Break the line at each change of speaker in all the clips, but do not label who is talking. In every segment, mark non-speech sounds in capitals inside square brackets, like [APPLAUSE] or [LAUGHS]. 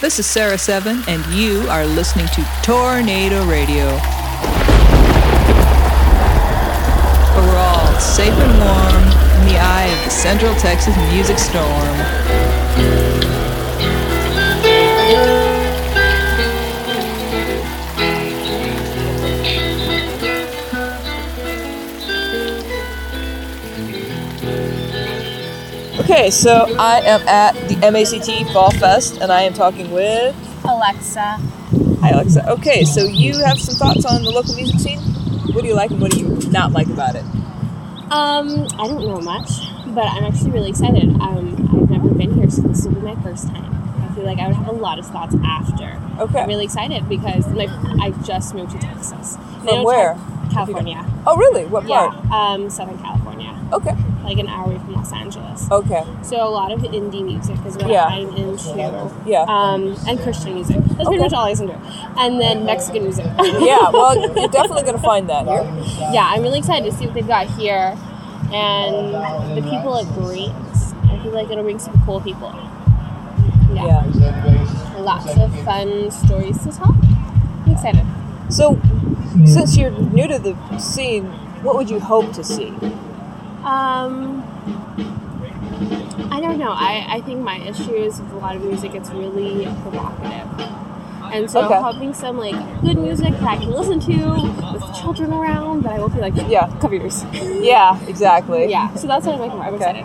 This is Sarah Seven, and you are listening to Tornado Radio. But we're all safe and warm in the eye of the Central Texas music storm. Okay, so I am at the MACT Fall Fest, and I am talking with
Alexa.
Hi Alexa. Okay, so you have some thoughts on the local music scene. What do you like and what do you not like about it?
Um, I don't know much, but I'm actually really excited. Um, I've never been here, so this will be my first time. I feel like I would have a lot of thoughts after.
Okay.
I'm really excited because my, I just moved to Texas. They
From
don't
where?
talk- California.
Oh, really? What part?
Yeah, um, Southern California,
Okay.
like an hour away from Los Angeles.
Okay.
So a lot of indie music is what
Yeah.
I'm into.
Yeah.
Um, and Christian music. That's pretty
Okay.
much all I listen to. And then Mexican music. [LAUGHS]
yeah. Well, you're definitely gonna find that here.
yeah, I'm really excited to see what they've got here. And the people it brings, I feel like it'll bring some cool people. Yeah.
Yeah.
Lots of fun stories to tell. I'm excited.
So, since you're new to the scene, what would you hope to see?
Um, I don't know. I, I think my issue is with a lot of music, it's really provocative. And so
Okay.
hoping some like good music that I can listen to with children around that I won't be like,
Yeah.
cover yours.
Yeah. Exactly.
yeah. So that's what I'm looking for. I'm
Okay.
excited.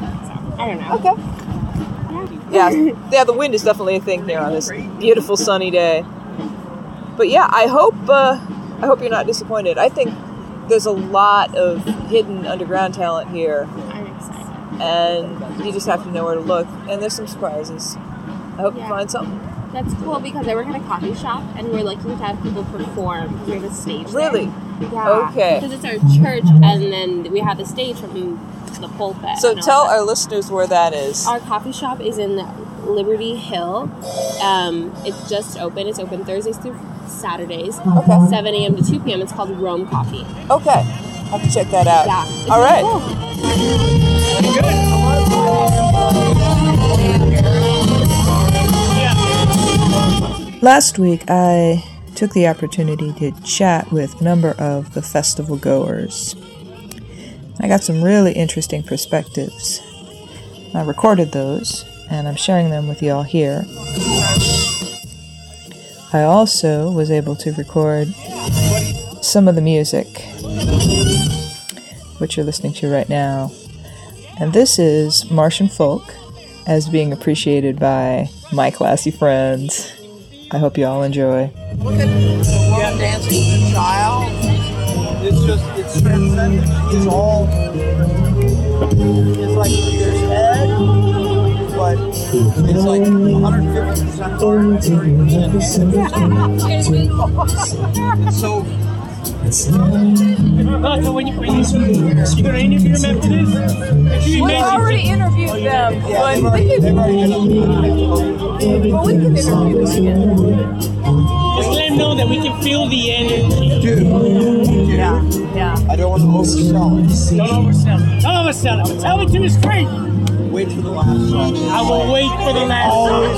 So, I don't know.
Okay. Yeah. Yeah. The wind is definitely a thing here on this beautiful sunny day. But yeah, I hope uh, I hope you're not disappointed. I think there's a lot of hidden underground talent here,
I'm excited.
and you just have to know where to look. And there's some surprises. I hope you
Yeah.
find something.
That's cool because I work at a coffee shop and we're looking to have people perform because we have a stage. there.
Really?
Yeah.
Okay.
Because it's our church and then we have the stage from the pulpit.
So
and all
tell
that.
our listeners where that is.
Our coffee shop is in Liberty Hill. Um, it's just open. It's open Thursdays through Saturdays,
Okay.
7 a.m. to 2 p.m. It's called Rome Coffee.
Okay, I have to check that out.
Yeah. it's
All
really
right.
cool.
Last week, I took the opportunity to chat with a number of the festival goers. I got some really interesting perspectives. I recorded those, and I'm sharing them with y'all here. I also was able to record some of the music, which you're listening to right now. And this is Martian Folk as being appreciated by my classy friends. I hope you all enjoy.
Look at the world dancing with a child. It's just, it's transcendent. It's all, it's like there's head, but it's like 150%, 130%. [LAUGHS] so,
So when you, when you, you're gonna interview them after this? If you
We've
imagine,
already interviewed them,
yeah,
but
they've
we
already,
can,
they've already been up
well, we can interview them again.
just let them know that we can feel the energy.
Dude, dude,
Yeah.
I don't want to oversell
Don't oversell it. Don't oversell it. Tell it to the screen.
it. Wait for the last song.
I will wait for the last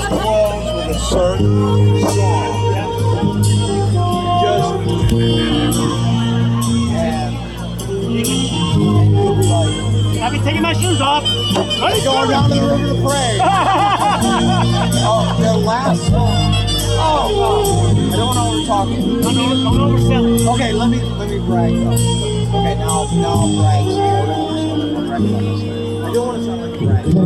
song.
always close with a certain song. Just and like
I'll be taking my shoes off. Let
they
it
go
go.
around to the river to pray. oh, their last song. Oh, God. I don't know what we're talking.
Don't over- don't oversell it.
Okay, let me let me brag though. Okay, now now I'll brag. So I don't want to sound like a brag about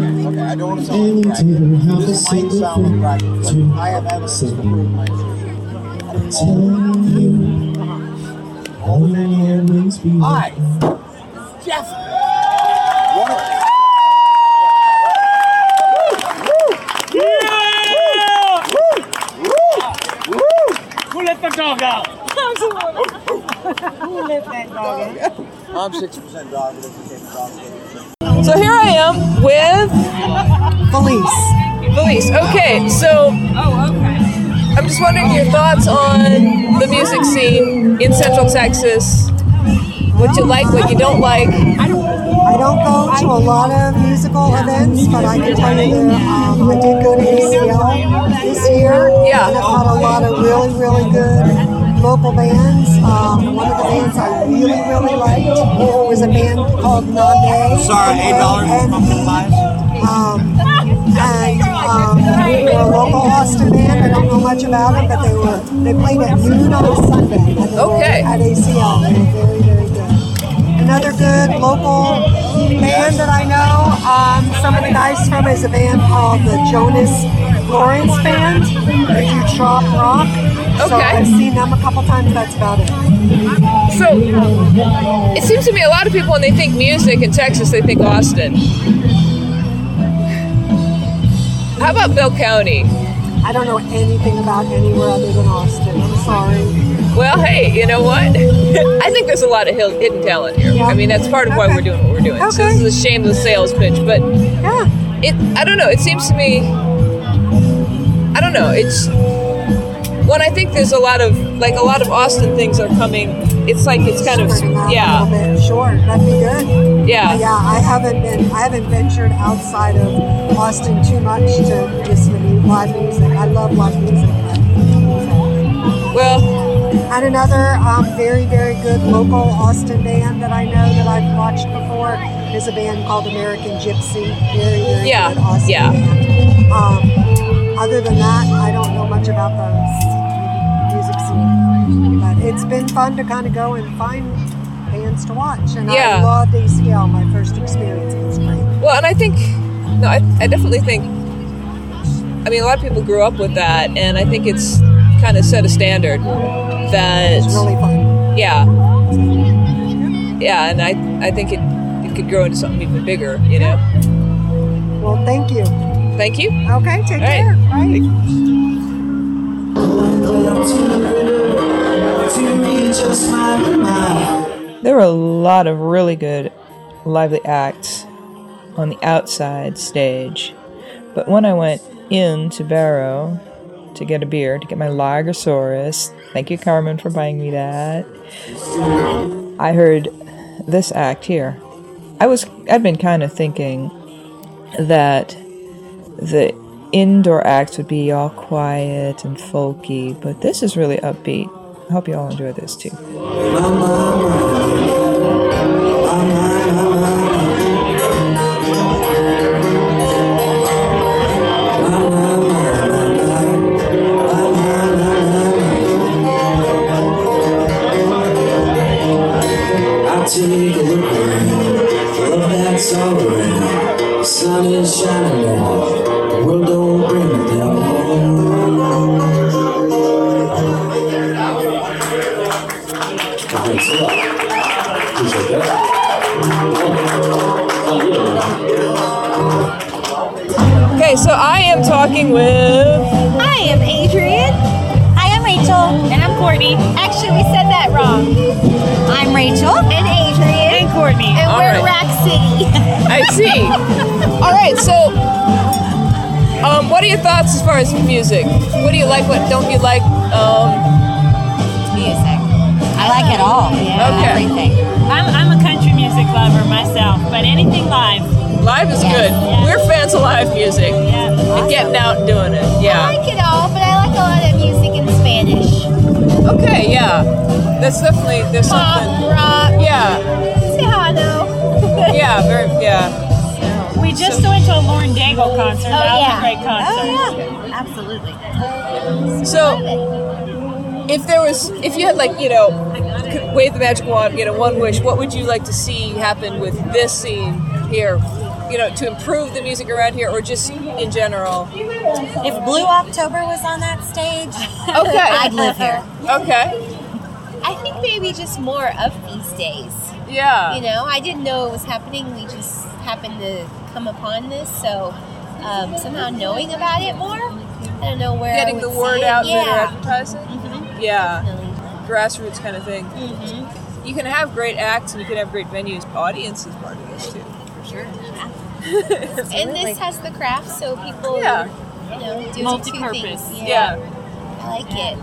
this. I don't want to sound like a brag. Okay, okay, I don't want to sound like a brag. This might sound like a brag, but I have evidence to prove my all the men here. I, Jeff, one of
Yeah! Who let the dog out?
I'm six percent dog, but if you take the dog, away.
So here I am with Felice. Felice. Okay, so. I'm just wondering your thoughts on the music scene in Central Texas. What you like, what you don't like.
I
I don't go to a lot of musical events, but I can tell you that um, I did go to ACL this year.
Yeah.
And I caught a lot of really, really good local bands. Um, one of the bands I really, really liked was a band called Nande.
Sorry, eight dollars
And
from
he,
five.
um, and um, they were a local Austin band. I don't know much about it, but they were they played at noon on a Sunday. And they were
Okay.
At ACL, they were very very good. Another good local band that I know. Um, some of the guys from is a band called the Jonas Lawrence Band. They do trop rock. So
Okay.
I've seen them a couple times. That's about it.
So it seems to me a lot of people when they think music in Texas, they think Austin. How about Bell County?
I don't know anything about anywhere other than Austin. I'm sorry.
Well, hey, you know what? [LAUGHS] I think there's a lot of hil- hidden talent here. I mean, that's part of why
Okay.
we're doing what we're doing. So
Okay.
this is a shameless sales pitch, but
Yeah.
it I don't know, it seems to me I don't know, it's when I think there's a lot of like a lot of Austin things are coming, it's like it's kind of
Sorting out A
yeah,
little bit. Sure, that'd be good.
yeah.
Yeah, I haven't been. I haven't ventured outside of Austin too much to listen to mu- live music. I love live music.
Well,
And another um, very, very good local Austin band that I know that I've watched before is a band called American Gypsy. Very, very
Yeah,
good Austin
yeah.
band. Um, other than that, I don't know much about the music scene. But it's been fun to kind of go and find bands to watch. And
Yeah.
I loved ACL, my first experience. It was great.
well, and I think no, I, I definitely think I mean, a lot of people grew up with that, and I think it's kind of set a standard that
It was really fun.
yeah yeah and i i think it it could grow into something even bigger you know
Well, thank you.
thank you
Okay, take
All right.
care. Bye.
There were a lot of really good, lively acts on the outside stage. But when I went in to Barrow to get a beer, to get my Lagersaurus, thank you, Carmen, for buying me that, I heard this act here. I was, I'd been kind of thinking that the indoor acts would be all quiet and folky, but this is really upbeat. I hope you all enjoy this too.
I take a look around, love that's all around. The sun is shining now, the world don't bring me down. Thanks a lot. uh, Appreciate that.
okay so i am talking with
I am Adrian. I am Rachel. And I'm Courtney. Actually, we said that wrong. I'm Rachel. And Adrian. And Courtney. And
All
we're
right.
Rack City.
i
[LAUGHS]
see all right so um, what are your thoughts as far as music what do you like what don't you like um,
Music. I like it all. Yeah.
Okay.
Everything.
I'm, I'm a country music lover myself, but anything live.
live is good we're fans of live music
Yeah.
and getting out and doing it
I
yeah
like it all, but I like a lot of music in Spanish.
okay yeah that's definitely there's
Um,
something
Pop, rock,
yeah
Tejano.
yeah very yeah
We just went to a Lauren Daigle concert.
Oh,
that was
yeah.
a great concert.
Oh, yeah. Absolutely.
so if there was if you had like you know could wave the magic wand you know one wish what would you like to see happen with this scene here you know to improve the music around here or just in general
If Blue October was on that stage,
okay
I'd live here.
okay
I think maybe just more of these days. You
yeah
know, I didn't know it was happening. We just happened to come upon this, so um, somehow knowing about it more. I don't know where I
getting
would
the
see
word
it.
out and
Yeah. Mm-hmm.
advertising yeah grassroots kind of thing
Mm-hmm.
you can have great acts and you can have great venues audience is part of this too
And this has the craft, so people,
Yeah.
you know, do two
Multi-purpose.
things.
yeah
I like it.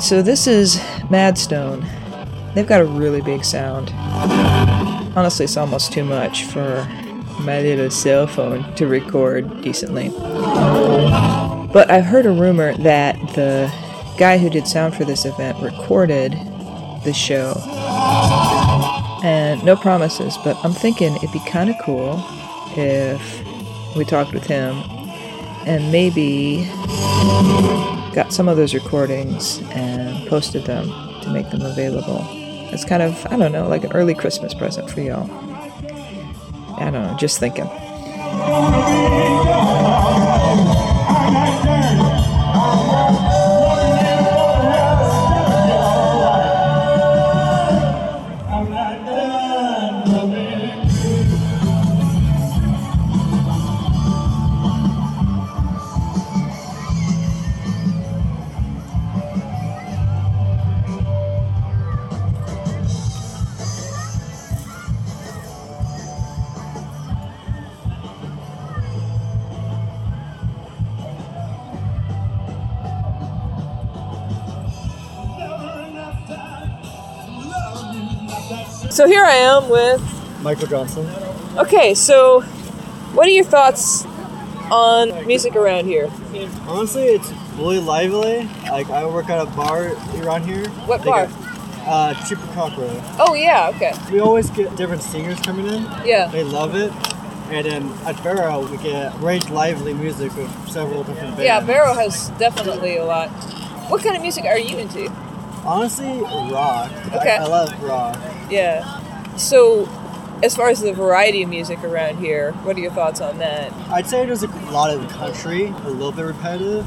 so this is Madstone. They've got a really big sound. Honestly, it's almost too much for my little cell phone to record decently. But I've heard a rumor that the guy who did sound for this event recorded the show. And no promises, but I'm thinking it'd be kind of cool if we talked with him and maybe got some of those recordings and posted them to make them available. It's kind of, I don't know, like an early Christmas present for y'all. I don't know, just thinking.
So here I am with
Michael Johnson.
Okay, so what are your thoughts on music around here?
Honestly, it's really lively. Like I work at a bar around here.
What
They
bar?
got, Uh, Chupacabra.
Oh yeah, okay.
We always get different singers coming in.
Yeah.
They love it. And then at Barrow, we get very lively music with several different bands.
Yeah, Barrow has definitely a lot. What kind of music are you into?
Honestly, rock.
Okay.
I, I love rock.
Yeah. So as far as the variety of music around here, what are your thoughts on that?
I'd say there's a lot of country, a little bit repetitive,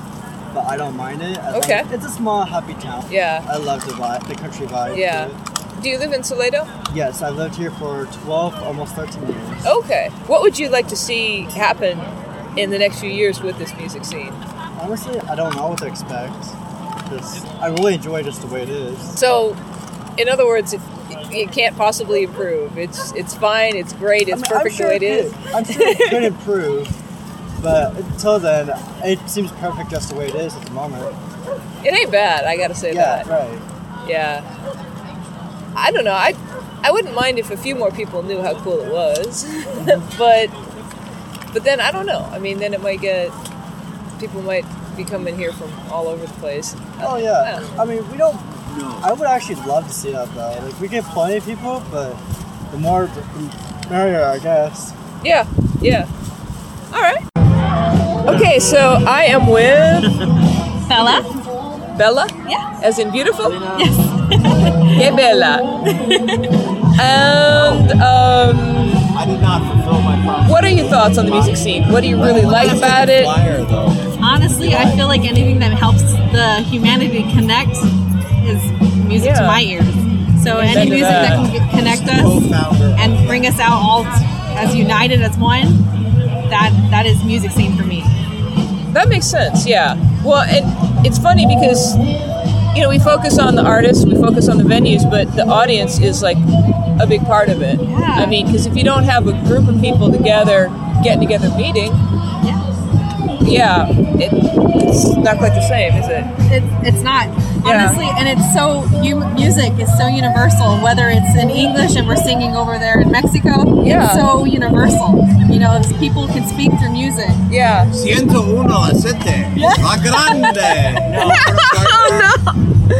but I don't mind it. as long-
Okay.
it's a small, happy town.
Yeah.
I love the vibe, the country vibe. to
Yeah.
it.
Do you live in Toledo?
Yes, I've lived here for 12, almost 13 years.
Okay. What would you like to see happen in the next few years with this music scene?
Honestly, I don't know what to expect. Just, I really enjoy just the way it is.
So, in other words, if it can't possibly improve. It's it's fine. It's great. It's
I mean, I'm
perfect
sure
the way it is.
could- I'm sure it could improve, but until then, it seems perfect just the way it is at the moment.
It ain't bad. I gotta say
yeah,
that.
right.
Yeah. I don't know. I I wouldn't mind if a few more people knew how cool it was,
Mm-hmm.
but [LAUGHS] but then I don't know. I mean, then it might get people might be coming here from all over the place.
Oh yeah. I mean, we don't. I would actually love to see that though. Like we get plenty of people, but the more the merrier, I guess.
Yeah, yeah. All right. Okay, so I am
[LAUGHS]
with
Bella?
Bella,
Yeah.
as in beautiful.
Yes.
Hey,
[LAUGHS]
Bella. and um,
I did not fulfill my promise.
what are your thoughts on the music scene? What do you really like about it?
Flyer though.
Honestly, I feel like anything that helps the humanity connect is music to
Yeah.
my ears. So any
to
music
that.
that can get- connect us
Co-founder.
and bring us out all t- as united as one, that that is music scene for me.
That makes sense, yeah. Well, and it's funny because, you know, we focus on the artists, we focus on the venues, but the audience is like a big part of it.
Yeah.
I mean, because if you don't have a group of people together, getting together, meeting, yeah, it, it's not quite the same, is it?
It's, it's not
Yeah.
honestly, and it's so you, music is so universal. Whether it's in English and we're singing over there in Mexico,
Yeah.
it's so universal. You know, it's- people can speak through music.
Yeah.
Ciento uno a sete.
[LAUGHS]
La grande. no.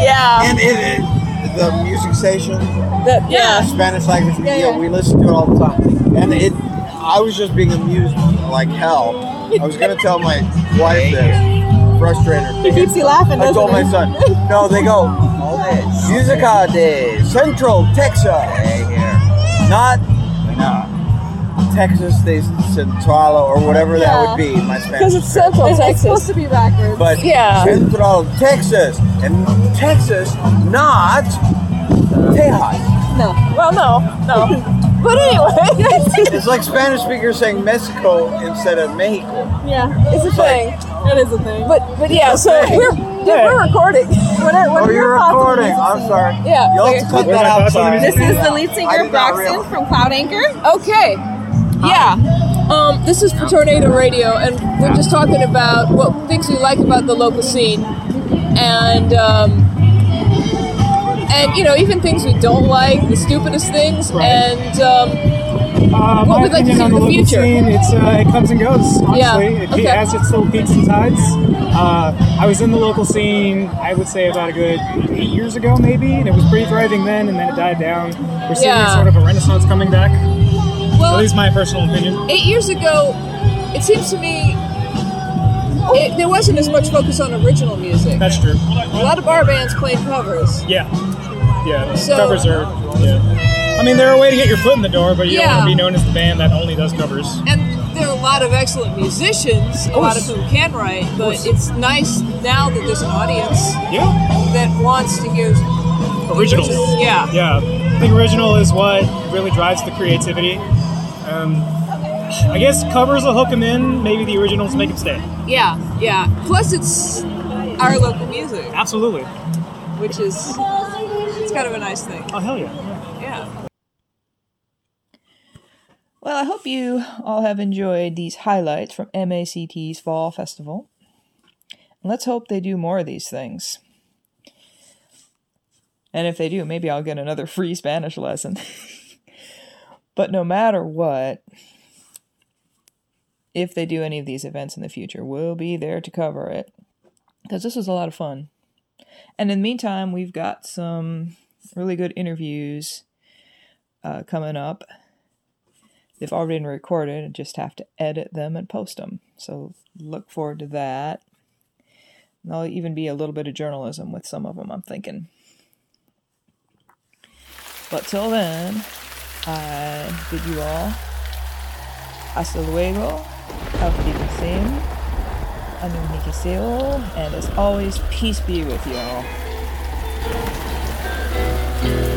Yeah.
And it, it, the music station,
That, yeah.
Spanish language
Yeah,
radio,
yeah.
we listen to it all the time. And it, I was just being amused like hell. I was gonna tell my wife this, frustrated. her.
It keeps you laughing,
I told my son. No, they go. Musica de Central Texas. Not Texas de Central or whatever that would be. My Spanish.
Because it's Central Texas.
to be backwards.
But
Yeah.
Central Texas and Texas, not Tejas.
Well, no, [LAUGHS] no. But anyway,
It's like Spanish speakers saying Mexico instead of Mexico.
Yeah,
[LAUGHS] it's a thing.
that is a thing.
But but yeah, so we're yeah, we're recording. [LAUGHS]
Oh, you're recording. I'm sorry.
Yeah.
Y'all
okay.
have to cut that out. sorry.
This is the lead
I
singer
did not
Braxton
realize.
from Cloud Anchor.
Okay. Yeah. Um, this is for Tornado Radio, and we're just talking about what things we like about the local scene. and um, and you know even things we don't like, the stupidest things, and um,
Uh,
what
my
we'd like to
opinion
see
on
in
the local scene,
the future.
it's, uh, it comes and goes, honestly.
Yeah,
It
okay.
has its little peaks and tides. Uh, I was in the local scene, I would say about a good eight years ago, maybe, and it was pretty thriving then, and then it died down. We're seeing
Yeah.
sort of a renaissance coming back.
Well,
At least my personal opinion.
eight years ago, it seems to me it, there wasn't as much focus on original music.
That's true.
A lot of bar bands played covers.
Yeah. Yeah,
So-
covers are. Yeah. I mean, they're a way to get your foot in the door, but you
Yeah.
don't want to be known as the band that only does covers.
And there are a lot of excellent musicians, a lot of whom can write, but it's nice now that there's an audience that wants to hear
originals.
Yeah.
Yeah. I think original is what really drives the creativity. Um, I guess covers will hook them in. Maybe the originals make them stay.
Yeah, yeah. Plus, it's our local music,
Absolutely.
which is it's kind of a nice thing.
Oh hell yeah!
Yeah.
Well, I hope you all have enjoyed these highlights from MACT's Fall Festival. And let's hope they do more of these things. And if they do, maybe I'll get another free Spanish lesson. [LAUGHS] but no matter what, if they do any of these events in the future, we'll be there to cover it. Because this was a lot of fun. And in the meantime, we've got some really good interviews uh, coming up. They've already been recorded, I just have to edit them and post them. So look forward to that. And there'll even be a little bit of journalism with some of them, I'm thinking. But till then, I bid you all hasta luego, auf Wiedersehen, Anunikiseo, and as always, peace be with you all.